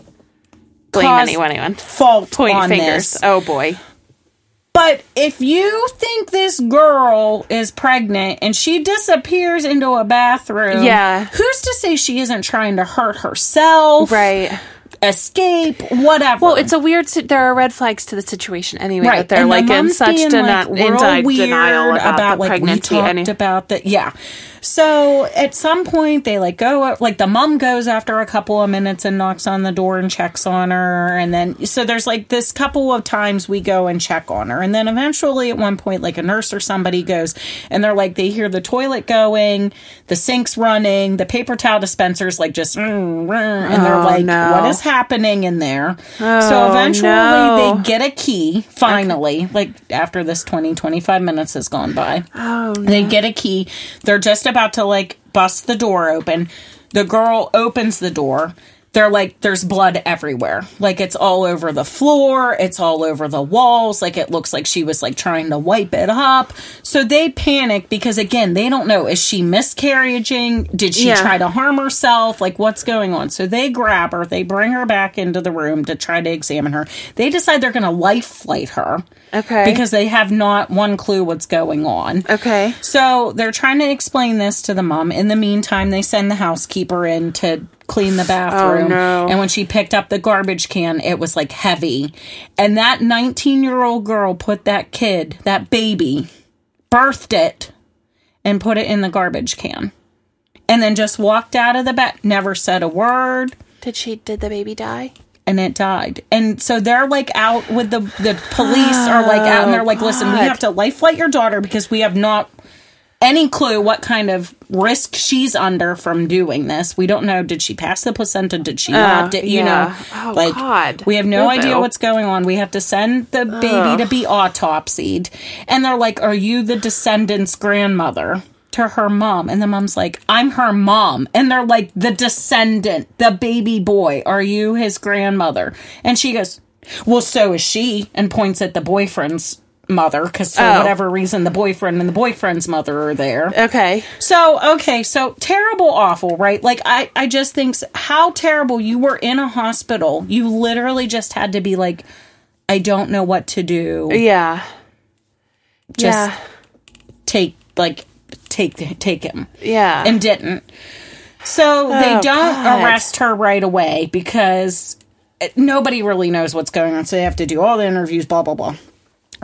B: blame
A: cause-
B: anyone, anyone.
A: fault
B: Point
A: on
B: fingers.
A: this.
B: Oh boy.
A: But if you think this girl is pregnant and she disappears into a bathroom,
B: Yeah.
A: who's to say she isn't trying to hurt herself,
B: Right.
A: Escape, whatever.
B: Well, it's a weird. si- There are red flags to the situation anyway.
A: right.
B: That they're
A: And the
B: like in
A: mom's
B: such
A: being, like,
B: deni- in
A: real
B: di-
A: weird
B: denial about, the
A: like,
B: pregnancy.
A: We talked
B: any-
A: about that, yeah. So at some point they like go like the mom goes after a couple of minutes and knocks on the door and checks on her, and then so there's like this couple of times we go and check on her, and then eventually at one point like a nurse or somebody goes and they're like they hear the toilet going, the sink's running, the paper towel dispenser's like just mm, mm, and they're
B: Oh,
A: like
B: no. Oh.
A: what is happening in there? so eventually
B: no.
A: they get a key finally like after this 20 25 minutes has gone by oh they get a key they're just about to like bust the door open the girl opens the door they're like there's blood everywhere like it's all over the floor it's all over the walls like it looks like she was like trying to wipe it up so they panic because again they don't know is she miscarriaging did she
B: Yeah.
A: try to harm herself like what's going on so they grab her they bring her back into the room to try to examine her they decide they're going to life flight her
B: okay.
A: because they have not one clue what's going on
B: okay.
A: so they're trying to explain this to the mom. In the meantime, they send the housekeeper in to clean the bathroom.
B: no.
A: And when she picked up the garbage can, it was like heavy. And that 19 year old girl put that kid, that baby, birthed it and put it in the garbage can. And then just walked out of the bath, never said a word
B: Did she? Did the baby die?
A: and it died. And so they're like out with the the police are like out and they're like, listen, we have to life flight your daughter because we have not any clue what kind of risk she's under from doing this. We don't know. Did she pass the placenta? Did she not? Did, you
B: Uh, yeah.
A: know,
B: Oh,
A: like
B: God.
A: we have no
B: Ew.
A: idea what's going on. We have to send the baby to be autopsied, and they're like, "Are you the descendant's grandmother?" To her mom, and the mom's like, "I'm her mom," and they're like, "The descendant, the baby boy, are you his grandmother?" And she goes, "Well, so is she," and points at the boyfriend's mother because for
B: Oh.
A: whatever reason, the boyfriend and the boyfriend's mother are there.
B: Okay.
A: So, okay, so terrible, awful, right? Like, I, I just think s- how terrible you were in a hospital. You literally just had to be like, I don't know what to do.
B: Yeah.
A: Just
B: yeah.
A: take, like, take, take him.
B: Yeah.
A: And didn't. So they
B: Oh,
A: don't
B: God.
A: arrest her right away because uh, nobody really knows what's going on. So they have to do all the interviews, blah, blah, blah.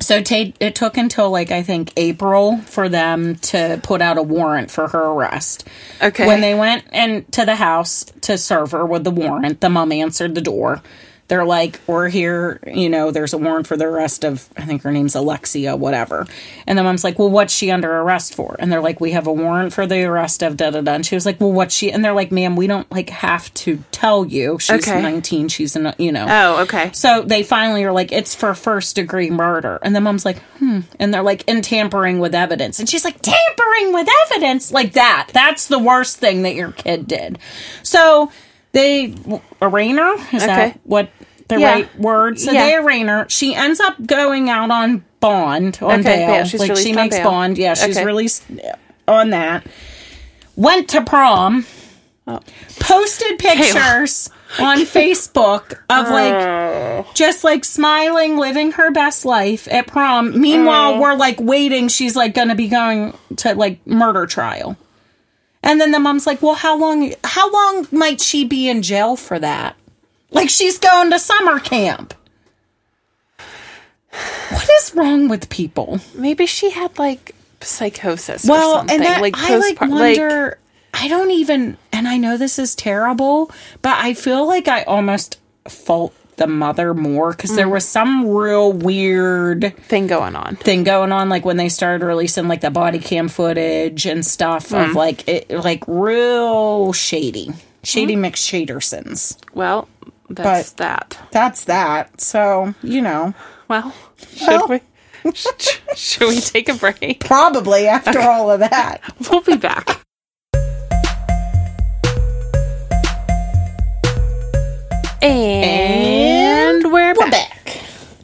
A: So ta it took until, like, I think April for them to put out a warrant for her arrest.
B: okay.
A: When they went and to the house to serve her with the warrant, the mom answered the door. They're like, "We're here, you know. There's a warrant for the arrest of, I think her name's Alexia, whatever." And the mom's like, "Well, what's she under arrest for?" And they're like, "We have a warrant for the arrest of da da da." And she was like, "Well, what's she?" And they're like, "Ma'am, we don't like have to tell you. She's
B: Okay.
A: 19. She's an, you know."
B: oh, okay.
A: So they finally are like, it's for first degree murder. And the mom's like, hmm. And they're like, in tampering with evidence. And she's like, tampering with evidence? Like that. That's the worst thing that your kid did. So they arraign her. Is
B: Okay.
A: that what the
B: Yeah.
A: right word? So
B: Yeah.
A: they arraign her. She ends up going out on bond, on
B: Okay,
A: bail.
B: bail. She's
A: like she
B: released on
A: makes
B: bail.
A: bond. Yeah, she's
B: Okay.
A: released on that. Went to prom posted pictures on Facebook of like just like smiling, living her best life at prom. Meanwhile, we're like waiting. She's like going to be going to like murder trial. And then the mom's like, "Well, how long how long might she be in jail for that?" Like she's going to summer camp. What is wrong with people?
B: Maybe she had like psychosis or
A: well
B: something.
A: and that
B: like
A: i like
B: postpar-
A: wonder i don't even and i know this is terrible but i feel like i almost fault the mother more because there was some real weird
B: thing going on.
A: thing going on like when they started releasing like the body cam footage and stuff of like it like real shady shady mcshadersons
B: Well, that's that.
A: that's that so you know
B: Well,
A: Well.
B: should we? sh- should we take a break?
A: probably after all of that
B: We'll be back. And, we're back.
A: back.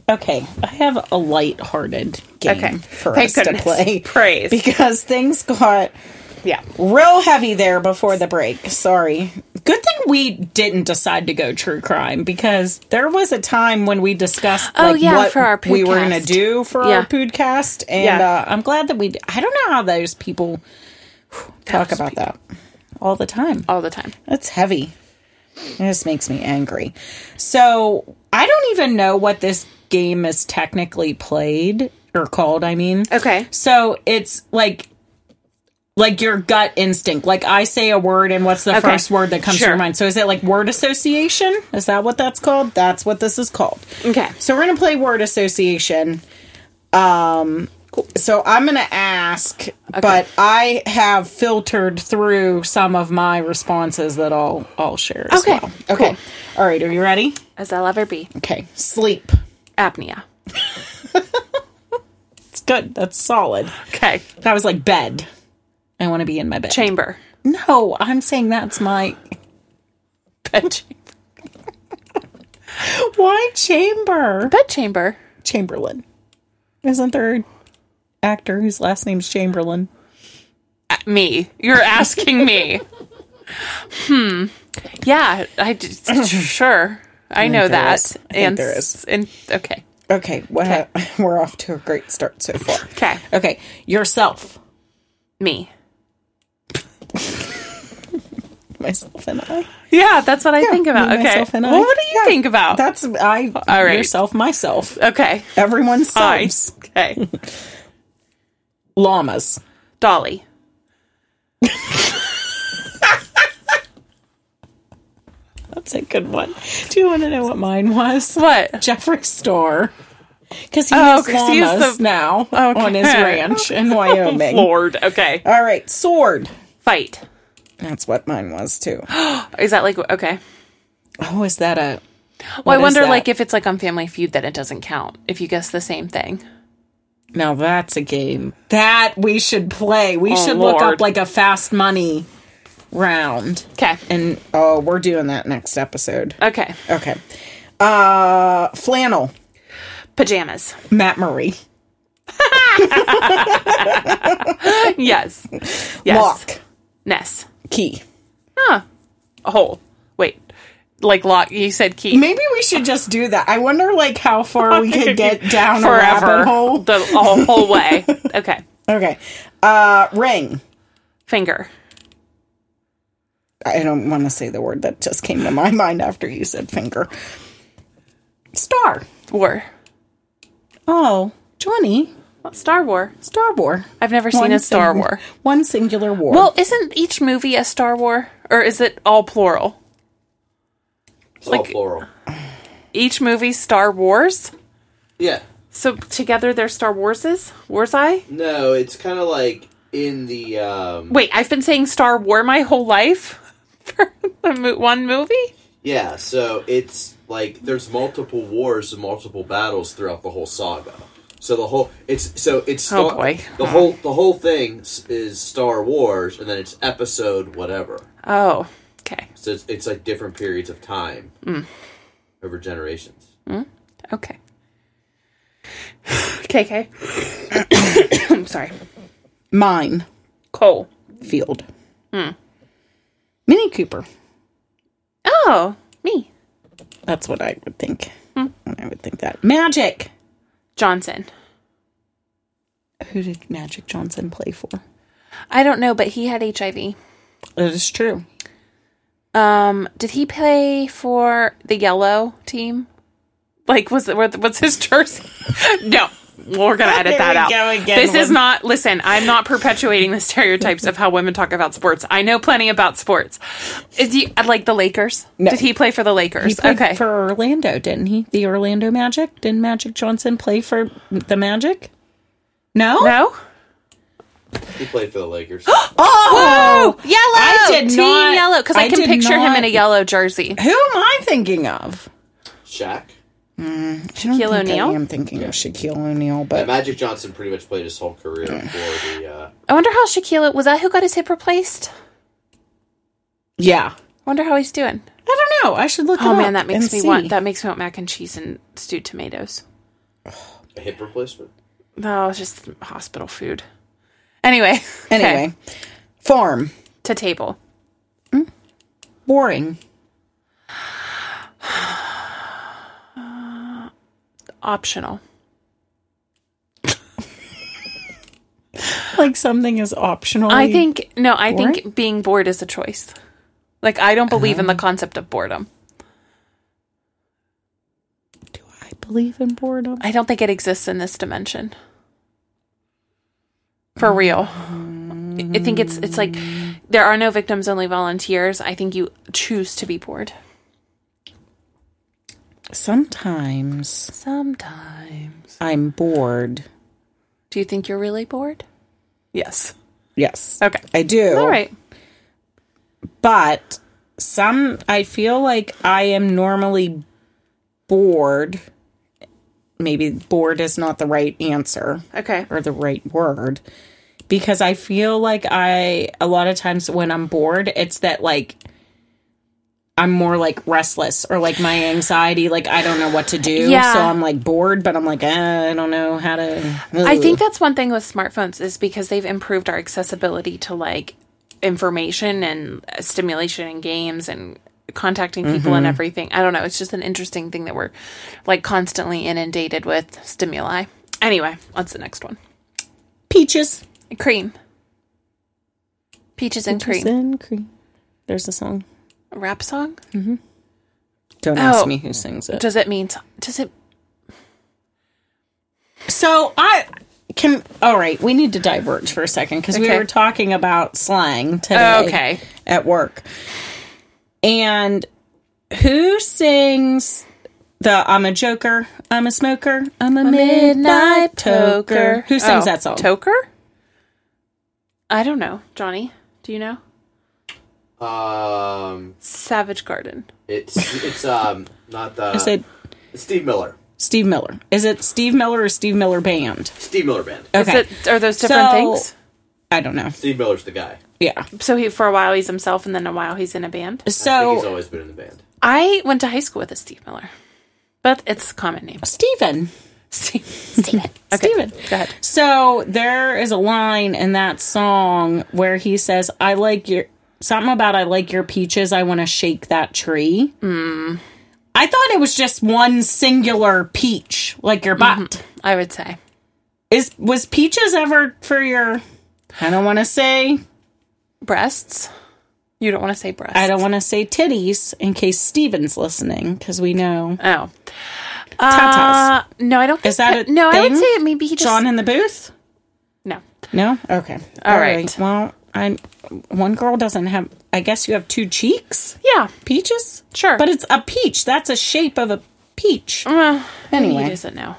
A: Okay, I have a lighthearted game
B: Okay.
A: for
B: Thank
A: us to
B: goodness.
A: play.
B: Praise.
A: because things got
B: Yeah.
A: real heavy there before the break. Sorry. Good thing we didn't decide to go true crime because there was a time when we discussed
B: Oh,
A: like,
B: yeah,
A: what
B: for our
A: we were
B: podcast.
A: going to do for
B: Yeah.
A: our podcast, and
B: Yeah.
A: uh, I'm glad that we. d- I don't know how those people talk about that all the time.
B: All the time.
A: That's heavy. This makes me angry. So I don't even know what this game is technically played or called. I mean,
B: Okay.
A: so it's like like your gut instinct. Like I say a word, and what's the first word that comes to your
B: Sure.
A: mind? So is it like word association? Is that what that's called? That's what this is called.
B: Okay.
A: So we're gonna play word association. Um, So I'm gonna ask, but I have filtered through some of my responses that I'll I'll share. As
B: Okay,
A: Well. Okay. All right. Are you ready?
B: As I'll ever be.
A: Okay. Sleep.
B: Apnea.
A: It's good. That's solid.
B: Okay.
A: That was like bed. I want to be in my bed.
B: Chamber.
A: No, I'm saying that's my
B: Bed chamber.
A: why chamber.
B: Bed chamber.
A: Chamberlain. Isn't there an actor whose last name's Chamberlain?
B: Uh, me. You're asking me. hmm. Yeah, I d- sure. I
A: there
B: know that.
A: is. I think
B: and
A: there
B: s- and okay.
A: Okay, well, we're off to a great start so far.
B: Okay.
A: Okay, yourself,
B: Me.
A: myself, and I.
B: Yeah, that's what I think
A: me,
B: about. okay.
A: myself, and I.
B: Well, what do you
A: Yeah,
B: think about?
A: That's I.
B: All right.
A: Yourself, myself.
B: okay.
A: Everyone's
B: Fine.
A: selves.
B: Okay.
A: Llamas.
B: Dolly.
A: That's a good one. Do you want to know what mine was?
B: What?
A: Jeffree Star. because he
B: Oh,
A: has
B: 'cause he is
A: llamas
B: the-
A: now
B: Okay. Oh,
A: on his ranch in Wyoming.
B: Lord. Okay.
A: All right, sword.
B: Fight.
A: That's what mine was too.
B: Is that like okay?
A: Oh, is that a?
B: Well,
A: What
B: I
A: is
B: wonder
A: that?
B: like if it's like on Family Feud that it doesn't count if you guess the same thing.
A: Now that's a game that we should play. We should look
B: Oh, Lord.
A: up like a fast money round.
B: Okay.
A: And oh, we're doing that next episode.
B: Okay.
A: Okay. Uh, flannel.
B: Pajamas.
A: Matt Murray.
B: Yes. Yes.
A: Lock.
B: Ness.
A: Key.
B: A hole. Wait. Like lock. You said key.
A: Maybe we should just do that. I wonder, like, how far we could get down a
B: Forever.
A: rabbit hole.
B: The whole, whole way. Okay.
A: Okay. Uh, ring.
B: Finger.
A: I don't want to say the word that just came to my mind after you said finger. Star.
B: War.
A: Oh, Johnny.
B: Star War.
A: Star War.
B: I've never seen a Star
A: sing-
B: War.
A: One singular war.
B: Well, isn't each movie a Star War? Or is it all plural?
C: It's all
B: Like- uh,
C: plural.
B: Each movie Star Wars?
C: Yeah.
B: So together they're Star Warses? Wars I?
C: No, it's kind of like in the. Um,
B: Wait, I've been saying Star War my whole life for the mo- one movie?
C: Yeah, so it's like there's multiple wars and multiple battles throughout the whole saga. So the whole it's so it's
B: Oh,
C: Star,
B: boy.
C: the whole the whole thing s- is Star Wars, and then it's episode whatever.
B: Oh, okay.
C: So it's, it's like different periods of time
B: Hmm.
C: over generations.
B: Okay. KK. I'm sorry.
A: Mine.
B: Cole.
A: Field.
B: Hmm.
A: Mini Cooper.
B: Oh, me.
A: That's what I would think.
B: Hmm.
A: I would think that. Magic.
B: Johnson.
A: Who did Magic Johnson play for?
B: I don't know, but he had HIV.
A: That is true.
B: Um, did he play for the yellow team? Like, was it, what's his jersey? no, we're gonna
A: There
B: edit that
A: we
B: out.
A: go again
B: this is
A: with-
B: not. Listen, I'm not perpetuating the stereotypes of how women talk about sports. I know plenty about sports. Is he uh, like the Lakers? Did he play for the
A: He
B: Lakers?
A: played
B: okay,
A: for Orlando, didn't he? The Orlando Magic? Didn't Magic Johnson play for the Magic? No?
B: no.
C: He played for the Lakers.
A: Oh!
B: Yellow.
A: I did
B: team
A: not-
B: yellow because I,
A: I
B: can
A: did
B: picture him
A: not-
B: in a yellow jersey.
A: Who am I thinking of?
C: Shaq.
A: Shaquille
B: O'Neal?
A: I'm thinking of Shaquille O'Neal,
C: And
A: but
C: Magic Johnson pretty much played his whole career for the. Uh,
B: I wonder how Shaquille was that who got his hip replaced.
A: yeah.
B: Wonder how he's doing.
A: I don't know. I should look.
B: Oh
A: it
B: man,
A: up
B: that makes
A: and
B: me
A: see.
B: want that makes me want mac and cheese and stewed tomatoes.
C: a hip replacement.
B: No, it's just hospital food. Anyway, okay.
A: Anyway, farm
B: to table.
A: boring.
B: Optional.
A: Like something is optional.
B: I think no, I think being Oh, bored Oh. is a choice. Like I don't believe in the concept of boredom.
A: Do I believe in boredom?
B: I don't think it exists in this dimension. For real. I think it's it's like there are no victims, only volunteers. I think you choose to be bored.
A: Sometimes
B: Sometimes.
A: I'm bored.
B: Do you think you're really bored? Yes.
A: Yes,
B: Okay.
A: I do.
B: All right.
A: but some I feel like I am normally bored. Maybe bored is not the right answer.
B: Okay.
A: or the right word because I feel like I a lot of times when I'm bored, it's that like I'm more like restless or like my anxiety, like I don't know what to do.
B: Yeah.
A: So I'm like bored, but I'm like, eh, I don't know how to.
B: I think that's one thing with smartphones is because they've improved our accessibility to like information and uh, stimulation and games and contacting people and everything. I don't know. It's just an interesting thing that we're like constantly inundated with stimuli. Anyway, what's the next one?
A: peaches.
B: Cream. Peaches and
A: Peaches
B: cream.
A: and cream. There's a song.
B: A Rap song?
A: Don't ask
B: Oh.
A: me who sings it.
B: Does it mean so- does it
A: So I can. All right, we need to diverge for a second because we
B: Okay. Oh,
A: were talking about slang today.
B: Okay.
A: at work. And who sings The I'm a joker, I'm a smoker, I'm a midnight toker. Who sings
B: Oh,
A: that song?
B: Toker? I don't know. Johnny, do you know?
C: Um,
B: Savage Garden.
C: it's it's um not the
A: Is it
C: Steve Miller,
A: Steve Miller? Is it Steve Miller or Steve Miller Band?
C: Steve Miller band.
A: Okay.
B: Is it, are those different
A: So-
B: things?
A: I don't know.
C: Steve Miller's the guy.
A: Yeah.
B: So he for a while he's himself, and then a while he's in a band.
C: I think he's
A: So
C: always been in the band.
B: I went to high school with a Steve Miller, but it's a common name.
A: Steven.
B: Steve. Steven. Okay.
A: Steven.
B: Go ahead.
A: So there is a line in that song where he says, I like your something about I like your peaches, I want to shake that tree.
B: Mm.
A: I thought it was just one singular peach, like your butt.
B: I would say.
A: Is was peaches ever for your I don't want to say
B: breasts. You don't want to say breasts.
A: I don't want to say titties in case Steven's listening because we know
B: Oh.
A: Tatas.
B: Uh, no, I don't. Think
A: Is that a
B: no? I would
A: thing?
B: say maybe he just
A: John in the booth.
B: no.
A: No, okay,
B: All right.
A: Well, I one girl doesn't have. I guess you have two cheeks.
B: Yeah,
A: peaches?
B: Sure.
A: But it's a peach. That's a shape of a peach.
B: well, Uh, he
A: Anyway,
B: doesn't know.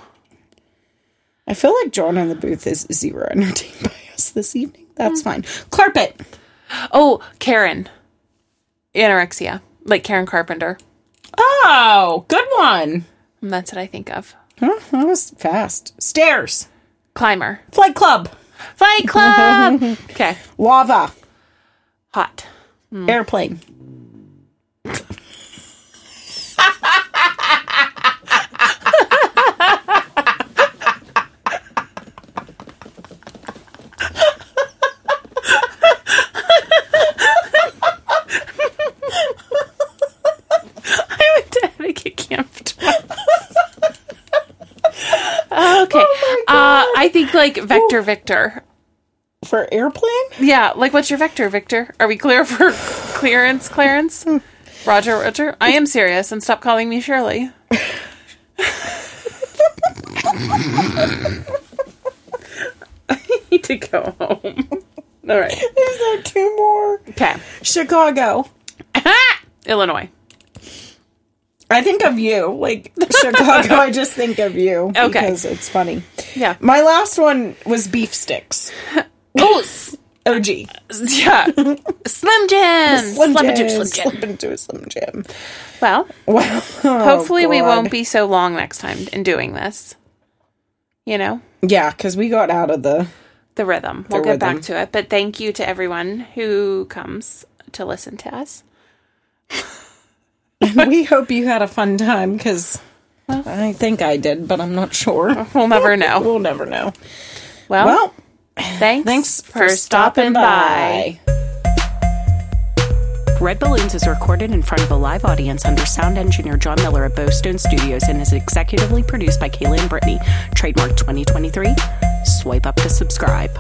A: I feel like John in the booth is zero entertained by us this evening. That's fine. Carpet.
B: Oh, Karen, anorexia, like Karen Carpenter.
A: Oh, good one.
B: And That's what I think of.
A: Huh, that was fast. Stairs.
B: Climber,
A: Flight club.
B: Fight Club. okay,
A: Lava.
B: hot.
A: Hmm. Airplane.
B: I went to etiquette camp. twice.
A: Oh
B: okay, uh, I think like Vector Victor.
A: For airplane?
B: Yeah, like what's your vector, Victor? Are we clear for clearance, Clarence? Roger, Roger. I am serious and stop calling me Shirley. I need to go home. All right.
A: Is there two more?
B: Okay.
A: Chicago.
B: Illinois.
A: I think of you. Like Chicago, I just think of you.
B: Okay.
A: Because it's funny.
B: Yeah.
A: My last one was beef sticks.
B: Oh, s-
A: OG.
B: yeah. Slim Jim. Slap a jib, Slim Jim.
A: Slip into a Slim Jim.
B: Well, oh,
A: Wow.
B: hopefully we
A: God.
B: won't be so long next time in doing this. You know?
A: Yeah, because we got out of the.
B: the rhythm. We'll
A: The
B: get
A: rhythm.
B: back to it. But thank you to everyone who comes to listen to us.
A: we hope you had a fun time because I think I did, but I'm not sure.
B: We'll never know.
A: We'll never know.
B: Well,
A: Well,
B: thanks,
A: thanks for, stopping by.
E: Red Balloons is recorded in front of a live audience under sound engineer John Miller at Bowstone Studios and is executively produced by Kayla and Brittany. Trademark 2023. Swipe up to subscribe.